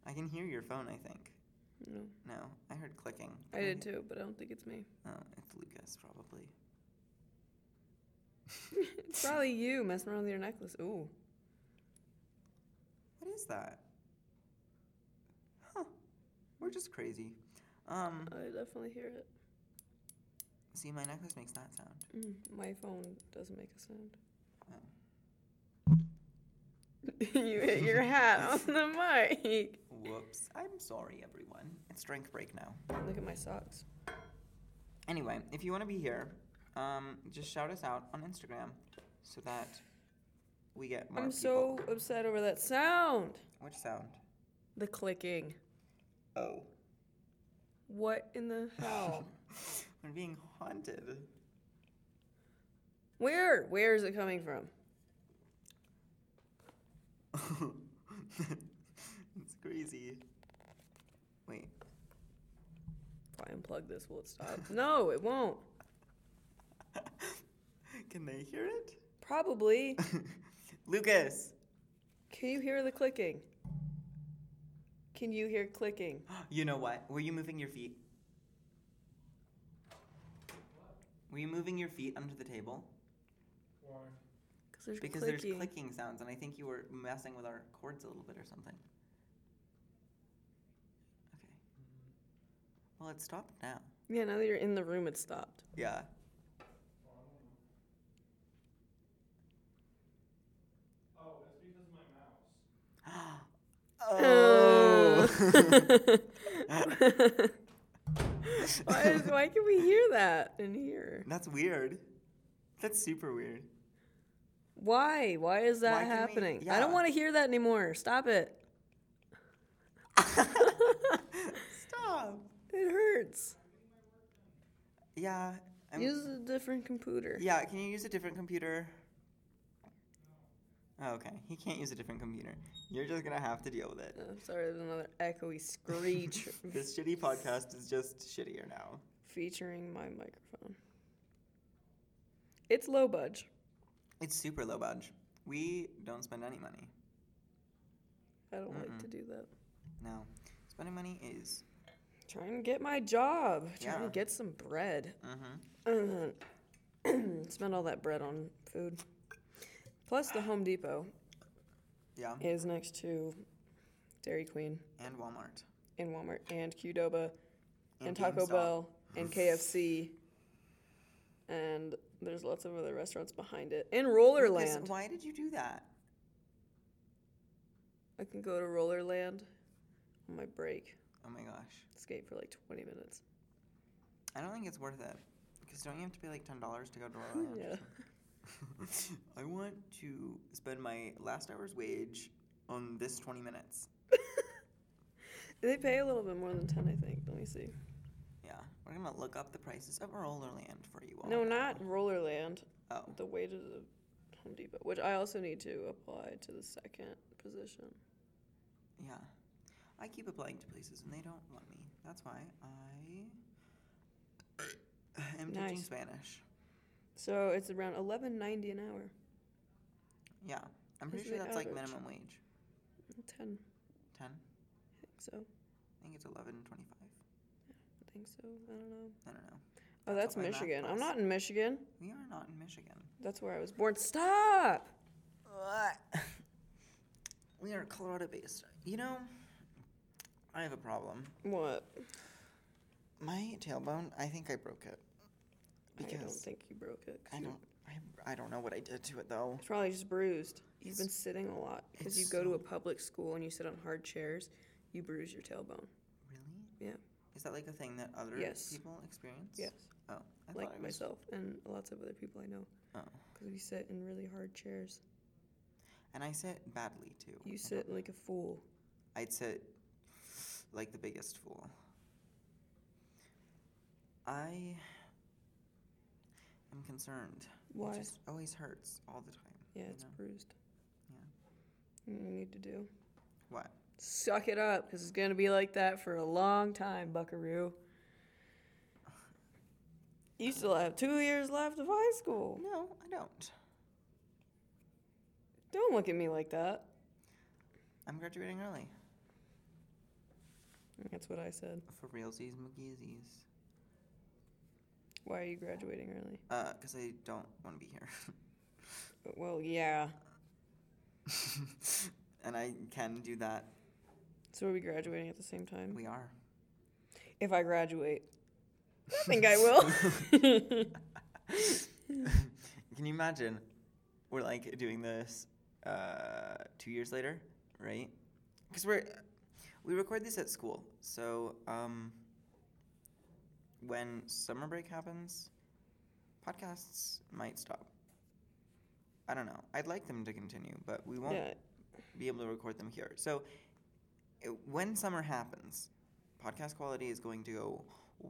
[SPEAKER 1] I can hear your phone, I think.
[SPEAKER 2] No,
[SPEAKER 1] No, I heard clicking.
[SPEAKER 2] I did too, but I don't think it's me.
[SPEAKER 1] Oh, it's Lucas, probably.
[SPEAKER 2] It's probably you messing around with your necklace. Ooh.
[SPEAKER 1] What is that? Huh. We're just crazy. Um,
[SPEAKER 2] I definitely hear it.
[SPEAKER 1] see, my necklace makes that sound.
[SPEAKER 2] Mm, my phone doesn't make a sound.
[SPEAKER 1] Oh.
[SPEAKER 2] you hit your hat on the mic.
[SPEAKER 1] Whoops. I'm sorry, everyone. It's drink break now.
[SPEAKER 2] Look at my socks.
[SPEAKER 1] Anyway, if you want to be here, um, just shout us out on Instagram so that we get more
[SPEAKER 2] I'm
[SPEAKER 1] people.
[SPEAKER 2] so upset over that sound.
[SPEAKER 1] Which sound?
[SPEAKER 2] The clicking.
[SPEAKER 1] Oh.
[SPEAKER 2] What in the hell?
[SPEAKER 1] We're being haunted.
[SPEAKER 2] Where? Where is it coming from?
[SPEAKER 1] it's crazy. Wait.
[SPEAKER 2] If I unplug this, will it stop? No, it won't.
[SPEAKER 1] Can they hear it?
[SPEAKER 2] Probably.
[SPEAKER 1] Lucas!
[SPEAKER 2] Can you hear the clicking? Can you hear clicking?
[SPEAKER 1] You know what? Were you moving your feet? Were you moving your feet under the table?
[SPEAKER 2] Cause there's
[SPEAKER 1] Because
[SPEAKER 2] clicking.
[SPEAKER 1] there's clicking sounds, and I think you were messing with our cords a little bit or something. Okay. Well, it stopped now.
[SPEAKER 2] Yeah, now that you're in the room, it stopped.
[SPEAKER 1] Yeah. Oh, that's because my mouse. oh.
[SPEAKER 2] Why, is, why can we hear that in here?
[SPEAKER 1] That's weird. That's super weird.
[SPEAKER 2] Why? Why is that
[SPEAKER 1] Why can we-
[SPEAKER 2] happening? I don't
[SPEAKER 1] yeah.
[SPEAKER 2] want to hear that anymore. Stop it.
[SPEAKER 1] Stop.
[SPEAKER 2] It hurts.
[SPEAKER 1] Yeah. I'm,
[SPEAKER 2] Use a different computer.
[SPEAKER 1] yeah, can you use a different computer? Oh, okay. He can't use a different computer. You're just going to have to deal with it.
[SPEAKER 2] Oh, sorry, there's another echoey screech
[SPEAKER 1] This shitty podcast is just shittier now.
[SPEAKER 2] featuring my microphone. It's low budge.
[SPEAKER 1] It's super low budge. We don't spend any money.
[SPEAKER 2] I don't like to do that.
[SPEAKER 1] No. Spending money is.
[SPEAKER 2] Trying to get my job. Trying
[SPEAKER 1] Yeah.
[SPEAKER 2] to get some bread.
[SPEAKER 1] hmm
[SPEAKER 2] Spend all that bread on food. Plus, the Home Depot
[SPEAKER 1] Yeah.
[SPEAKER 2] is next to Dairy Queen
[SPEAKER 1] And Walmart.
[SPEAKER 2] and Walmart and Qdoba and,
[SPEAKER 1] And
[SPEAKER 2] Taco
[SPEAKER 1] GameStop.
[SPEAKER 2] Bell and KFC. And there's lots of other restaurants behind it. And
[SPEAKER 1] Lucas,
[SPEAKER 2] Rollerland.
[SPEAKER 1] why did you do that?
[SPEAKER 2] I can go to Rollerland on my break.
[SPEAKER 1] Oh my gosh.
[SPEAKER 2] Skate for like 20 minutes.
[SPEAKER 1] I don't think it's worth it. Because don't you have to pay like $10 to go to Rollerland?
[SPEAKER 2] Yeah.
[SPEAKER 1] I want to spend my last hour's wage on this 20 minutes.
[SPEAKER 2] They pay a little bit more than 10, I think. Let me see.
[SPEAKER 1] Yeah, we're gonna look up the prices of Rollerland for you all.
[SPEAKER 2] No, not Rollerland.
[SPEAKER 1] Oh,
[SPEAKER 2] The wages of Home Depot, which I also need to apply to the second position.
[SPEAKER 1] Yeah. I keep applying to places and they don't want me. That's why I am teaching
[SPEAKER 2] Nice.
[SPEAKER 1] Spanish.
[SPEAKER 2] So it's around eleven ninety an hour.
[SPEAKER 1] Yeah. I'm pretty
[SPEAKER 2] Isn't
[SPEAKER 1] sure
[SPEAKER 2] it
[SPEAKER 1] that's like
[SPEAKER 2] average?
[SPEAKER 1] minimum wage.
[SPEAKER 2] Ten,
[SPEAKER 1] 10?
[SPEAKER 2] I think so.
[SPEAKER 1] I think it's 11.25.
[SPEAKER 2] I think so. I don't know.
[SPEAKER 1] I don't know.
[SPEAKER 2] Oh,
[SPEAKER 1] That's
[SPEAKER 2] that's
[SPEAKER 1] what my math
[SPEAKER 2] Michigan. I'm
[SPEAKER 1] was.
[SPEAKER 2] not in Michigan.
[SPEAKER 1] We are not in Michigan.
[SPEAKER 2] That's where I was born. Stop.
[SPEAKER 1] we are Colorado based. You know, I have a problem.
[SPEAKER 2] What?
[SPEAKER 1] My tailbone, I think I broke it. Because
[SPEAKER 2] I don't think you broke it. 'cause
[SPEAKER 1] I
[SPEAKER 2] you-
[SPEAKER 1] don't, I, I don't know what I did to it though.
[SPEAKER 2] It's probably just bruised. You've been sitting a lot because you
[SPEAKER 1] it's
[SPEAKER 2] go to a public school and you sit on hard chairs. You bruise your tailbone.
[SPEAKER 1] Really?
[SPEAKER 2] Yeah.
[SPEAKER 1] Is that like a thing that other
[SPEAKER 2] Yes.
[SPEAKER 1] people experience?
[SPEAKER 2] Yes.
[SPEAKER 1] Oh, I thought
[SPEAKER 2] like
[SPEAKER 1] it was.
[SPEAKER 2] myself and lots of other people I know
[SPEAKER 1] Oh,
[SPEAKER 2] because we sit in really hard chairs.
[SPEAKER 1] and I sit badly too. I
[SPEAKER 2] You
[SPEAKER 1] don't-
[SPEAKER 2] sit like a fool.
[SPEAKER 1] I'd sit like the biggest fool. I am concerned.
[SPEAKER 2] Why?
[SPEAKER 1] It just always hurts all the time.
[SPEAKER 2] yeah,
[SPEAKER 1] you
[SPEAKER 2] it's
[SPEAKER 1] know?
[SPEAKER 2] bruised.
[SPEAKER 1] Yeah.
[SPEAKER 2] You know what you need to do
[SPEAKER 1] What?
[SPEAKER 2] suck it up because it's gonna be like that for a long time, Buckaroo. You still have two years left of high school.
[SPEAKER 1] No, I don't.
[SPEAKER 2] Don't look at me like that.
[SPEAKER 1] I'm graduating early.
[SPEAKER 2] That's what I said.
[SPEAKER 1] For realsies, McGeezies.
[SPEAKER 2] Why are you graduating early?
[SPEAKER 1] Uh, because I don't want to be here.
[SPEAKER 2] Well, yeah.
[SPEAKER 1] and I can do that.
[SPEAKER 2] So are we graduating at the same time?
[SPEAKER 1] We are.
[SPEAKER 2] If I graduate, I think I will.
[SPEAKER 1] Can you imagine? We're like doing this uh, two years later, right? Because we're we record this at school, so um, when summer break happens, podcasts might stop. I don't know. I'd like them to continue, but we won't
[SPEAKER 2] yeah.
[SPEAKER 1] be able to record them here. So uh, when summer happens, podcast quality is going to go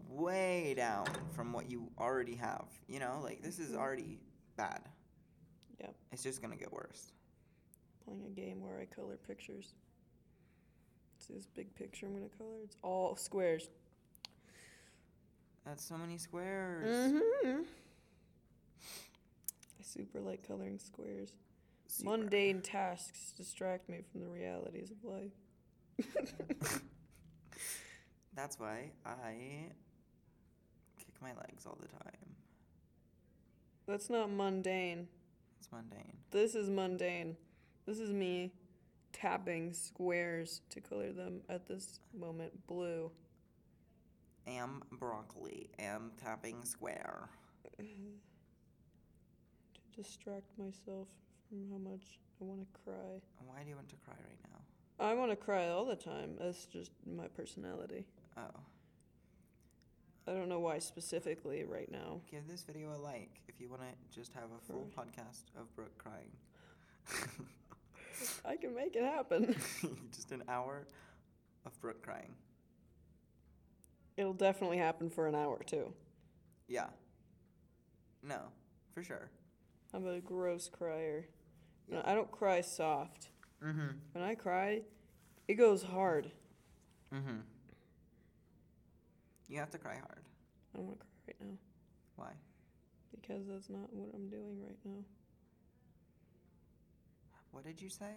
[SPEAKER 1] way down from what you already have. You know, like this is already bad.
[SPEAKER 2] Yep.
[SPEAKER 1] It's just going to get worse.
[SPEAKER 2] Playing a game where I color pictures. It's this big picture I'm gonna color. It's all squares.
[SPEAKER 1] That's so many squares.
[SPEAKER 2] Mm-hmm. I super like coloring squares. Mm-hmm.
[SPEAKER 1] Super.
[SPEAKER 2] Mundane tasks distract me from the realities of life.
[SPEAKER 1] That's why I kick my legs all the time.
[SPEAKER 2] That's not mundane.
[SPEAKER 1] It's mundane.
[SPEAKER 2] This is mundane. This is me tapping squares to color them at this moment blue.
[SPEAKER 1] Am broccoli. Am tapping square.
[SPEAKER 2] To distract myself from how much I want to cry.
[SPEAKER 1] Why do you want to cry right now?
[SPEAKER 2] I want to cry all the time. That's just my personality.
[SPEAKER 1] Oh.
[SPEAKER 2] I don't know why specifically right now.
[SPEAKER 1] Give this video a like if you want to just have a full podcast of Brooke crying.
[SPEAKER 2] I can make it happen.
[SPEAKER 1] just an hour of Brooke crying.
[SPEAKER 2] It'll definitely happen for an hour too.
[SPEAKER 1] Yeah. No, for sure.
[SPEAKER 2] I'm a gross crier. No, I don't cry soft.
[SPEAKER 1] Mm-hmm.
[SPEAKER 2] When I cry, it goes hard.
[SPEAKER 1] Mm-hmm. You have to cry hard.
[SPEAKER 2] I don't want to cry right now
[SPEAKER 1] Why?
[SPEAKER 2] because that's not what I'm doing right now.
[SPEAKER 1] What did you say?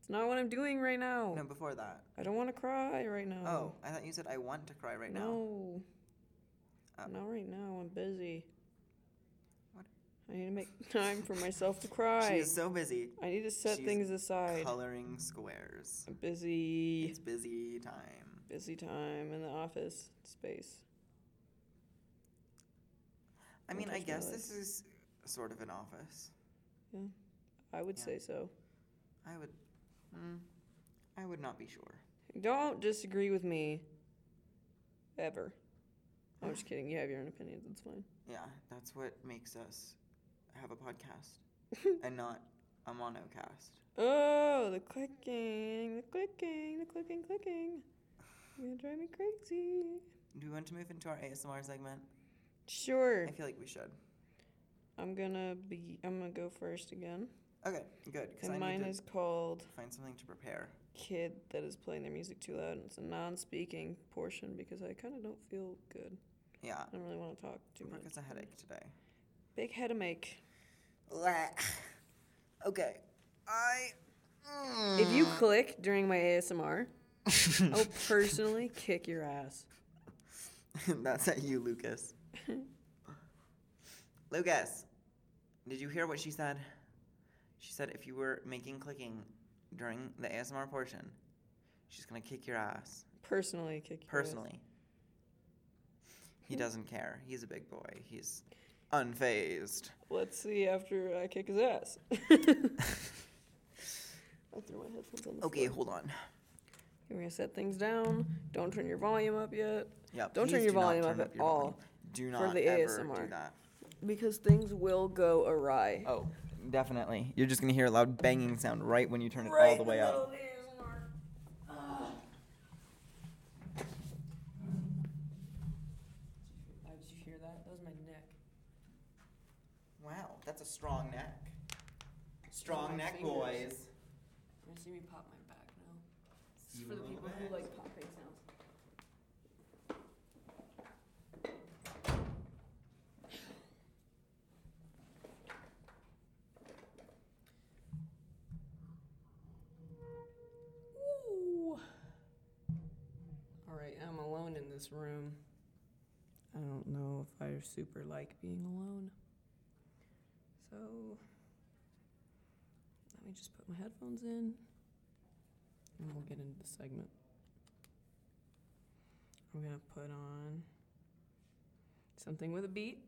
[SPEAKER 2] It's not what I'm doing right now.
[SPEAKER 1] No, before that.
[SPEAKER 2] I don't want to cry right now.
[SPEAKER 1] Oh, I thought you said I want to cry right now.
[SPEAKER 2] Mm. no.
[SPEAKER 1] Oh.
[SPEAKER 2] Not right now. I'm busy.
[SPEAKER 1] What?
[SPEAKER 2] I need to make time for myself to cry.
[SPEAKER 1] She is so busy
[SPEAKER 2] I need to set
[SPEAKER 1] she's
[SPEAKER 2] things aside.
[SPEAKER 1] coloring squares.
[SPEAKER 2] I'm busy.
[SPEAKER 1] It's busy time.
[SPEAKER 2] busy time in the office space.
[SPEAKER 1] I
[SPEAKER 2] Don't
[SPEAKER 1] mean, I
[SPEAKER 2] touch my
[SPEAKER 1] guess
[SPEAKER 2] legs.
[SPEAKER 1] this is sort of an office.
[SPEAKER 2] I would
[SPEAKER 1] Yeah.
[SPEAKER 2] say so.
[SPEAKER 1] I would, mm, I would not be sure.
[SPEAKER 2] Don't disagree with me. Ever. I'm just kidding. You have your own opinions. It's fine.
[SPEAKER 1] Yeah, that's what makes us have a podcast and not a monocast.
[SPEAKER 2] Oh, the clicking, the clicking, the clicking, clicking. You're gonna drive me crazy.
[SPEAKER 1] Do we want to move into our ASMR segment?
[SPEAKER 2] Sure.
[SPEAKER 1] I feel like we should.
[SPEAKER 2] I'm gonna be. I'm gonna go first again.
[SPEAKER 1] Okay, good. Because I
[SPEAKER 2] And
[SPEAKER 1] need
[SPEAKER 2] mine
[SPEAKER 1] to
[SPEAKER 2] is called
[SPEAKER 1] find something to prepare.
[SPEAKER 3] kid that is playing their music too loud, and it's a non-speaking portion because I kind of don't feel good.
[SPEAKER 1] Yeah.
[SPEAKER 3] I don't really want to talk too much.
[SPEAKER 1] Brooke has a headache today.
[SPEAKER 3] Big headache.
[SPEAKER 1] Okay. I. mm.
[SPEAKER 3] If you click during my ASMR, I'll personally kick your ass.
[SPEAKER 1] That's at you, Lucas. Lucas, did you hear what she said? She said if you were making clicking during the ASMR portion, she's gonna kick your ass.
[SPEAKER 3] Personally kick your
[SPEAKER 1] Personally. He doesn't care. He's a big boy. He's unfazed.
[SPEAKER 3] ass. Let's see after I kick his ass. I threw my headphones on the
[SPEAKER 1] Okay,
[SPEAKER 3] floor.
[SPEAKER 1] hold on.
[SPEAKER 3] We're gonna set things down. Don't turn your volume up yet.
[SPEAKER 1] Yeah,
[SPEAKER 3] Don't turn
[SPEAKER 1] please
[SPEAKER 3] your
[SPEAKER 1] do not
[SPEAKER 3] volume up
[SPEAKER 1] turn
[SPEAKER 3] at
[SPEAKER 1] your
[SPEAKER 3] all
[SPEAKER 1] volume. Do
[SPEAKER 3] for
[SPEAKER 1] not
[SPEAKER 3] the
[SPEAKER 1] ever
[SPEAKER 3] ASMR.
[SPEAKER 1] do that.
[SPEAKER 3] Because things will go awry.
[SPEAKER 1] Oh, definitely. You're just gonna hear a loud banging sound right when you turn it all the way up.
[SPEAKER 2] Did you hear that? That was my neck.
[SPEAKER 1] Wow, that's a strong neck.
[SPEAKER 2] Strong neck, boys. You're gonna see me pop my back now. This is
[SPEAKER 1] You
[SPEAKER 2] for the
[SPEAKER 1] love
[SPEAKER 2] people
[SPEAKER 1] that.
[SPEAKER 2] who like pop fake sounds. Woo. All right, I'm alone in this room. I don't know if I super like being alone. So let me just put my headphones in and we'll get into the segment. I'm gonna put on something with a beat.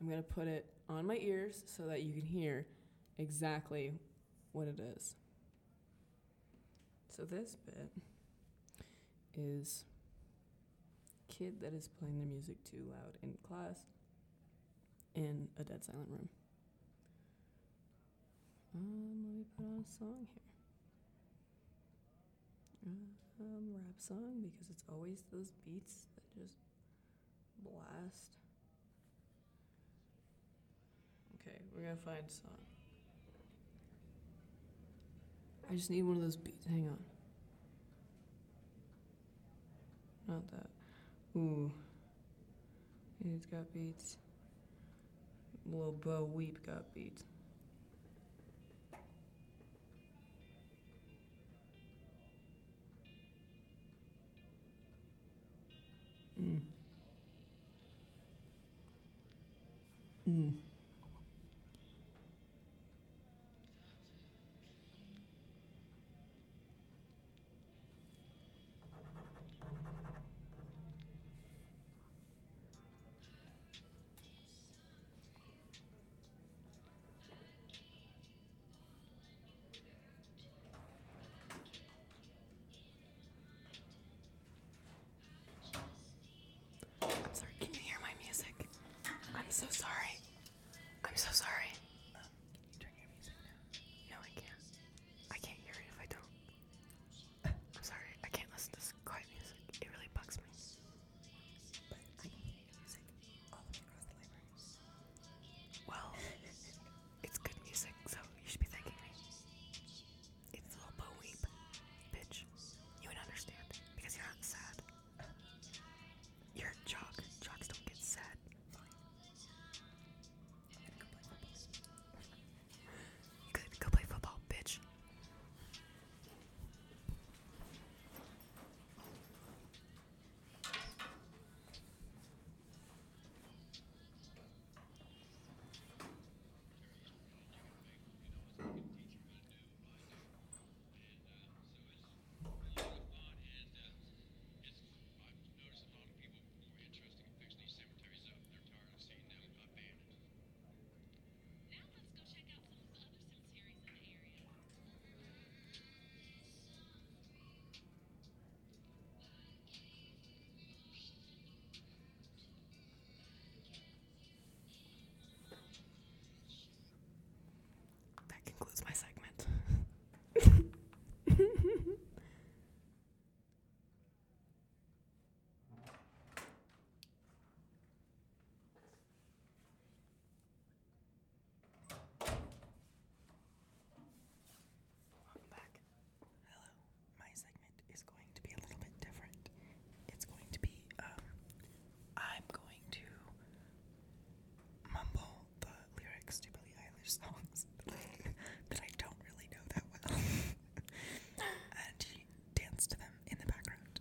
[SPEAKER 2] I'm gonna put it on my ears so that you can hear exactly what it is. So this bit is kid that is playing their music too loud in class in a dead silent room. Um, let me put on a song here um, rap song because it's always those beats that just blast. Okay, we're gonna find a song. I just need one of those beats. Hang on. Not that. Ooh. It's got beats. Lil Bo Weep got beats. Mm. Mm. I'm sorry. Can you hear my music? I'm so sorry. I'm so sorry. Turn your music down. No, I can't. I can't hear it if I don't. I'm sorry. I can't listen to this quiet music. It really bugs me. But I can hear your music all the way across the library. Well, it's good music, so you should be thanking me. It's a little Bo Weep, bitch. You would understand because you're not sad. You're a jock. Jocks don't get sad. You could go play football, bitch. That concludes my segment. I'm back. Hello.
[SPEAKER 4] other songs that I don't really know that well. and he danced to them in the background.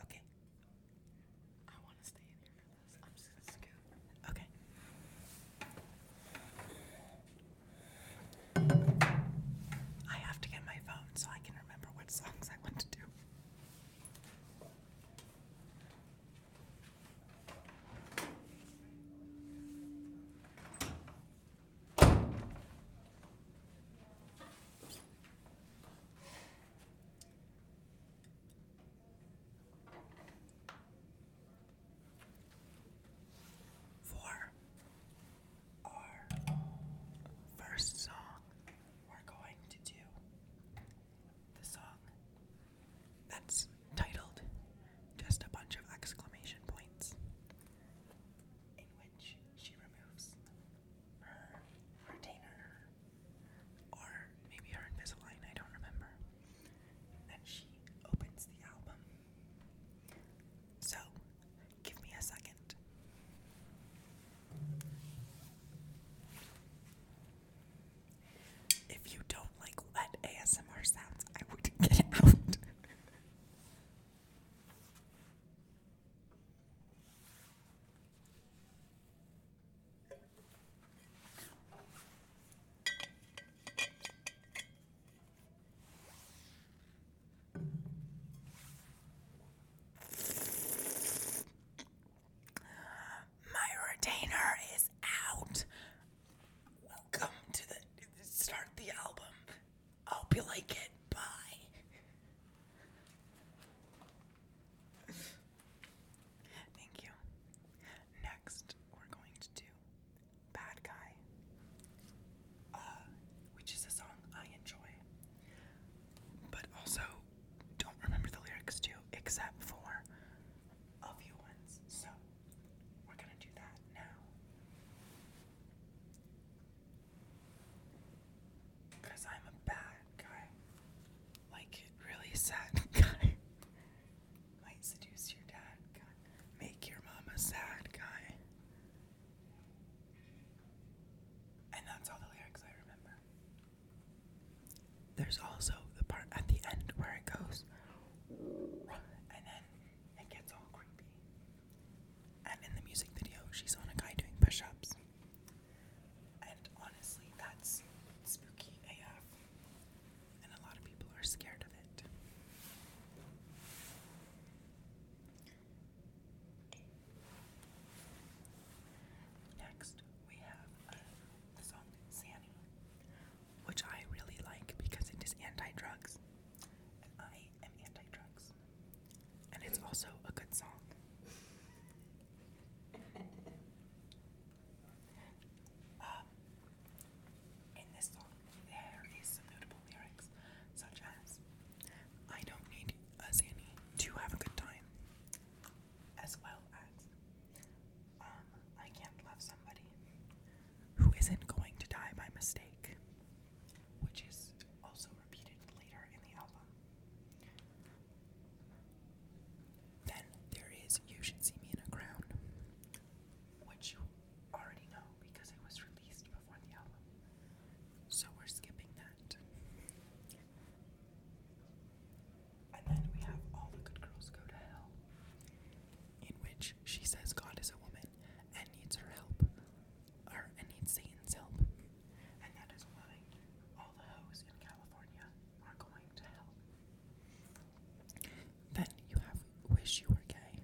[SPEAKER 4] Okay.
[SPEAKER 1] I want to stay in here for this. I'm just gonna scoot.
[SPEAKER 4] Okay. I have to get my phone so I can remember what songs I want to do. For our first song, we're going to do the song that's titled Just a Bunch of Exclamation Points, in which she removes her retainer or maybe her Invisalign, I don't remember, and she opens the album. So, give me a second. If you don't like wet ASMR sounds, I would get it out. My retainer is out. Welcome to the start the album. Hope you like it. Bye. Thank you. Next, we're going to do Bad Guy, uh, which is a song I enjoy, but also don't remember the lyrics to, except for a few ones. So we're gonna do that now. Because I'm a bad guy. Like, really sad guy. Might seduce your dad guy. Make your mama sad guy. And that's all the lyrics I remember. There's also the part at the end where it goes. And then it gets all creepy. And in the music video, she's on a guy doing push ups. And honestly, that's spooky AF. And a lot of people are scared of it. Next, we have uh, the song Sanny, which I really like because it is anti drugs. And I am anti drugs. And it's also a good song. Um, In this song, there is some notable lyrics, such as I don't need a Zanny to have a good time, as well as um, I can't love somebody who isn't going to die by mistake, which is also repeated later in the album. Then there is You Should See Me in a Crown, which you already know because it was released before the album. So we're skipping that. And then we have All the Good Girls Go to Hell, in which she says God is a woman and needs her help, or and needs Satan's help. And that is why all the hoes in California are going to hell. Then you have Wish You Were Gay,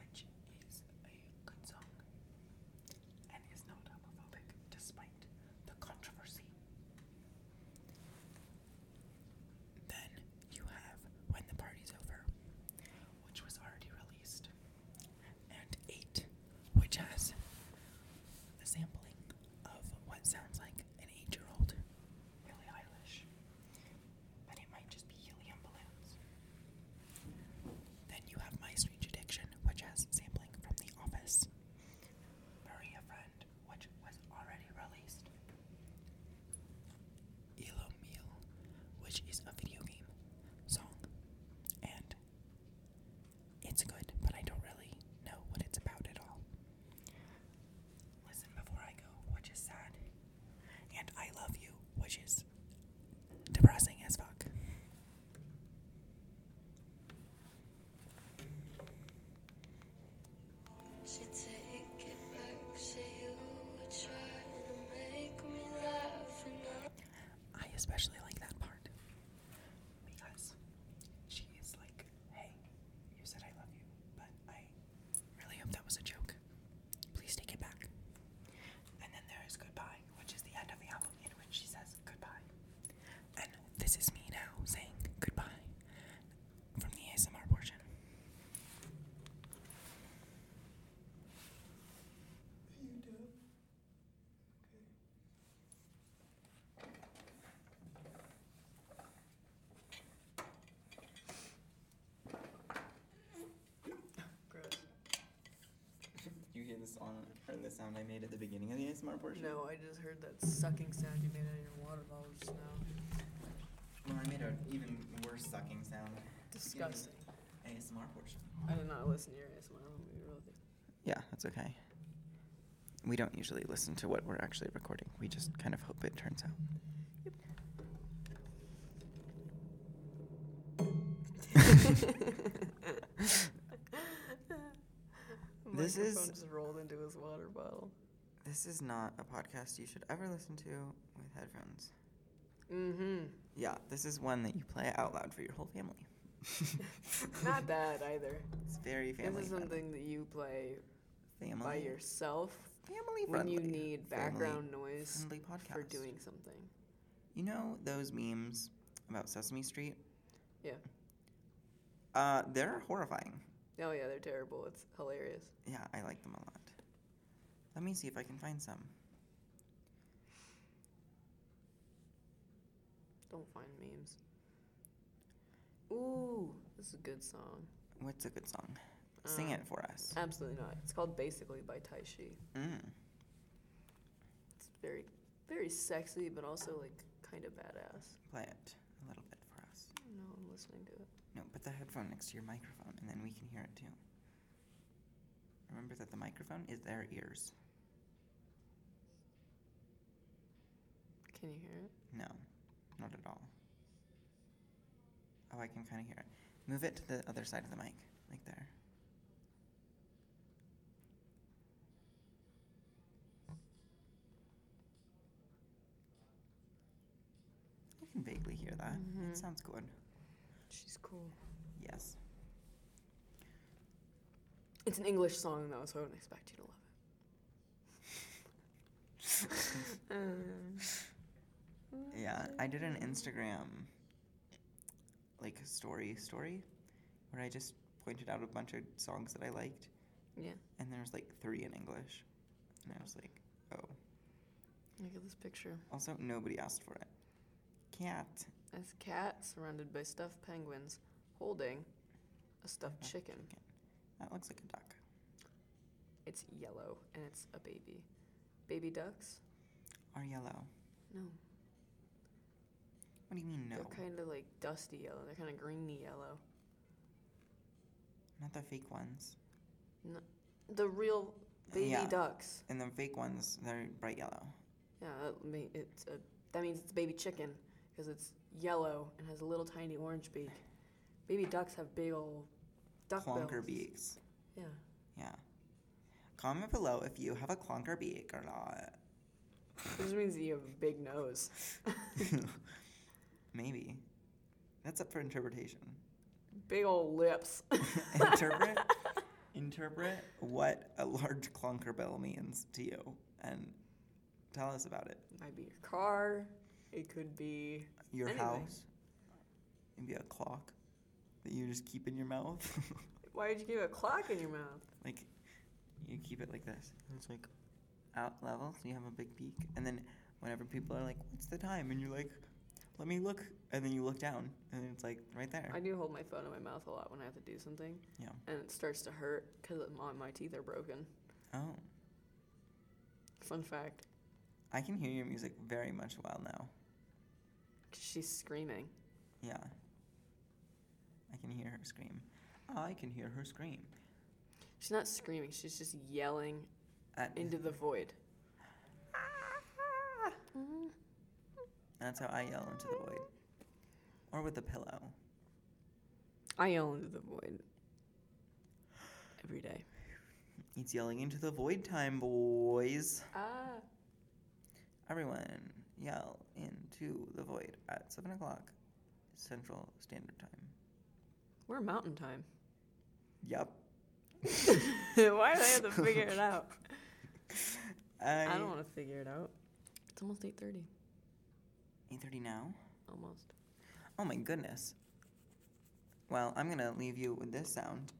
[SPEAKER 4] which is a good song and is not homophobic despite the controversy. Then you have When the Party's Over, which was already released, and Eight, which has the sampling of what sounds like an eight year old Billie Eilish, but it might just be helium balloons. Then you have My Strange Addiction, which has sampling from The Office. Maria Friend, which was already released. Elo Meal, which is a video game song. And it's good, but I don't really know what it's about at all. Listen Before I Go, which is
[SPEAKER 1] the song or the sound I made at the beginning of the ASMR portion?
[SPEAKER 2] No, I just heard that sucking sound you made out of your water bottle just now.
[SPEAKER 1] Well, I made an even worse sucking sound.
[SPEAKER 2] Disgusting.
[SPEAKER 1] ASMR portion.
[SPEAKER 2] I did not listen to your ASMR. I'm gonna be real with you.
[SPEAKER 1] Yeah, that's okay. We don't usually listen to what we're actually recording. We just kind of hope it turns out. This is-
[SPEAKER 2] Microphone just rolled into his water bottle.
[SPEAKER 1] This is not a podcast you should ever listen to with headphones.
[SPEAKER 2] Mm-hmm.
[SPEAKER 1] Yeah, this is one that you play out loud for your whole family.
[SPEAKER 2] Not that either.
[SPEAKER 1] It's very family
[SPEAKER 2] This is
[SPEAKER 1] friendly.
[SPEAKER 2] something that you play
[SPEAKER 1] family
[SPEAKER 2] by yourself
[SPEAKER 1] family
[SPEAKER 2] when you
[SPEAKER 1] friendly.
[SPEAKER 2] need
[SPEAKER 1] Family
[SPEAKER 2] background noise
[SPEAKER 1] friendly podcast.
[SPEAKER 2] for doing something.
[SPEAKER 1] You know those memes about Sesame Street?
[SPEAKER 2] Yeah.
[SPEAKER 1] Uh, they're horrifying.
[SPEAKER 2] Oh yeah, they're terrible. It's hilarious.
[SPEAKER 1] Yeah, I like them a lot. Let me see if I can find some.
[SPEAKER 2] Don't find memes. Ooh, this is a good song.
[SPEAKER 1] What's a good song? Sing
[SPEAKER 2] Um,
[SPEAKER 1] it for us.
[SPEAKER 2] Absolutely not. It's called Basically by Tai Shi.
[SPEAKER 1] Mm.
[SPEAKER 2] It's very, very sexy, but also like kind of badass.
[SPEAKER 1] Play it a little bit for us.
[SPEAKER 2] I don't know. I'm listening to it.
[SPEAKER 1] No, put the headphone next to your microphone and then we can hear it too. Remember that the microphone is their ears.
[SPEAKER 2] Can you hear it?
[SPEAKER 1] No, not at all. Oh, I can kind of hear it. Move it to the other side of the mic, like there. I can vaguely hear that.
[SPEAKER 2] Mhm.
[SPEAKER 1] It sounds good.
[SPEAKER 2] She's cool.
[SPEAKER 1] Yes.
[SPEAKER 2] It's an English song though, so I don't expect you to love it. Um,
[SPEAKER 1] Yeah, I did an Instagram like story story where I just pointed out a bunch of songs that I liked
[SPEAKER 2] yeah.
[SPEAKER 1] and there was like 3 in English. And I was like, "Oh,
[SPEAKER 2] Look at this picture.
[SPEAKER 1] Also, nobody asked for it. Cat.
[SPEAKER 2] This cat surrounded by stuffed penguins, holding a stuffed
[SPEAKER 1] Stuffed
[SPEAKER 2] chicken.
[SPEAKER 1] That looks like a duck.
[SPEAKER 2] It's yellow and it's a baby. Baby ducks?
[SPEAKER 1] Or yellow.
[SPEAKER 2] No.
[SPEAKER 1] What do you mean, no?
[SPEAKER 2] They're kind of like dusty yellow. They're kind of greeny yellow.
[SPEAKER 1] Not the fake ones.
[SPEAKER 2] The real baby
[SPEAKER 1] Yeah.
[SPEAKER 2] ducks.
[SPEAKER 1] And the fake ones, they're bright yellow.
[SPEAKER 2] Yeah, that, mean, it's a, that means it's baby chicken because it's yellow and has a little tiny orange beak. Baby ducks have big old duck
[SPEAKER 1] Clonker
[SPEAKER 2] bills.
[SPEAKER 1] beaks.
[SPEAKER 2] Yeah.
[SPEAKER 1] Yeah. Comment below if you have a clonker beak or not.
[SPEAKER 2] This means that you have a big nose.
[SPEAKER 1] Maybe. That's up for interpretation.
[SPEAKER 2] Big old lips.
[SPEAKER 1] Interpret. interpret what a large clonker bill means to you and tell us about it.
[SPEAKER 2] Might be your car. It could be
[SPEAKER 1] your
[SPEAKER 2] Anyway.
[SPEAKER 1] house. Maybe a clock that you just keep in your mouth.
[SPEAKER 2] Why did you keep a clock in your mouth?
[SPEAKER 1] like you keep it like this. And it's like out level, so you have a big peak. And then whenever people are like, What's the time? And you're like, Let me look and then you look down and it's like right there.
[SPEAKER 2] I do hold my phone in my mouth a lot when I have to do something.
[SPEAKER 1] Yeah.
[SPEAKER 2] And it starts to hurt because my, my teeth are broken.
[SPEAKER 1] oh.
[SPEAKER 2] Fun fact.
[SPEAKER 1] I can hear your music very much well now.
[SPEAKER 2] She's screaming.
[SPEAKER 1] Yeah. I can hear her scream. I can hear her scream.
[SPEAKER 2] She's not screaming. She's just yelling
[SPEAKER 1] At,
[SPEAKER 2] into the void. Ah.
[SPEAKER 1] that's how I yell into the void. Or with a pillow.
[SPEAKER 2] I yell into the void every day.
[SPEAKER 1] It's yelling into the void time, boys.
[SPEAKER 2] Ah.
[SPEAKER 1] Everyone, yell into the void at 7 o'clock Central Standard Time.
[SPEAKER 2] We're mountain time.
[SPEAKER 1] Yep.
[SPEAKER 2] Why do they have to figure it out?
[SPEAKER 1] I,
[SPEAKER 2] I don't want to figure it out. It's almost 8.30.
[SPEAKER 1] 8.30 now?
[SPEAKER 2] Almost.
[SPEAKER 1] Oh my goodness. Well, I'm going to leave you with this sound.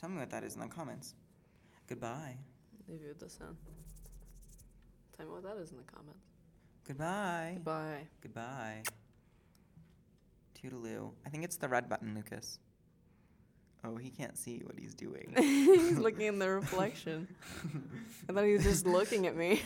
[SPEAKER 1] Tell me what that is in the comments. Goodbye.
[SPEAKER 2] Leave you with this sound. Tell me what that is in the comments.
[SPEAKER 1] Goodbye.
[SPEAKER 2] Bye.
[SPEAKER 1] Goodbye. Toodaloo. I think it's the red button, Lucas. Oh, he can't see what he's doing.
[SPEAKER 2] He's looking in the reflection. I thought he was just looking at me.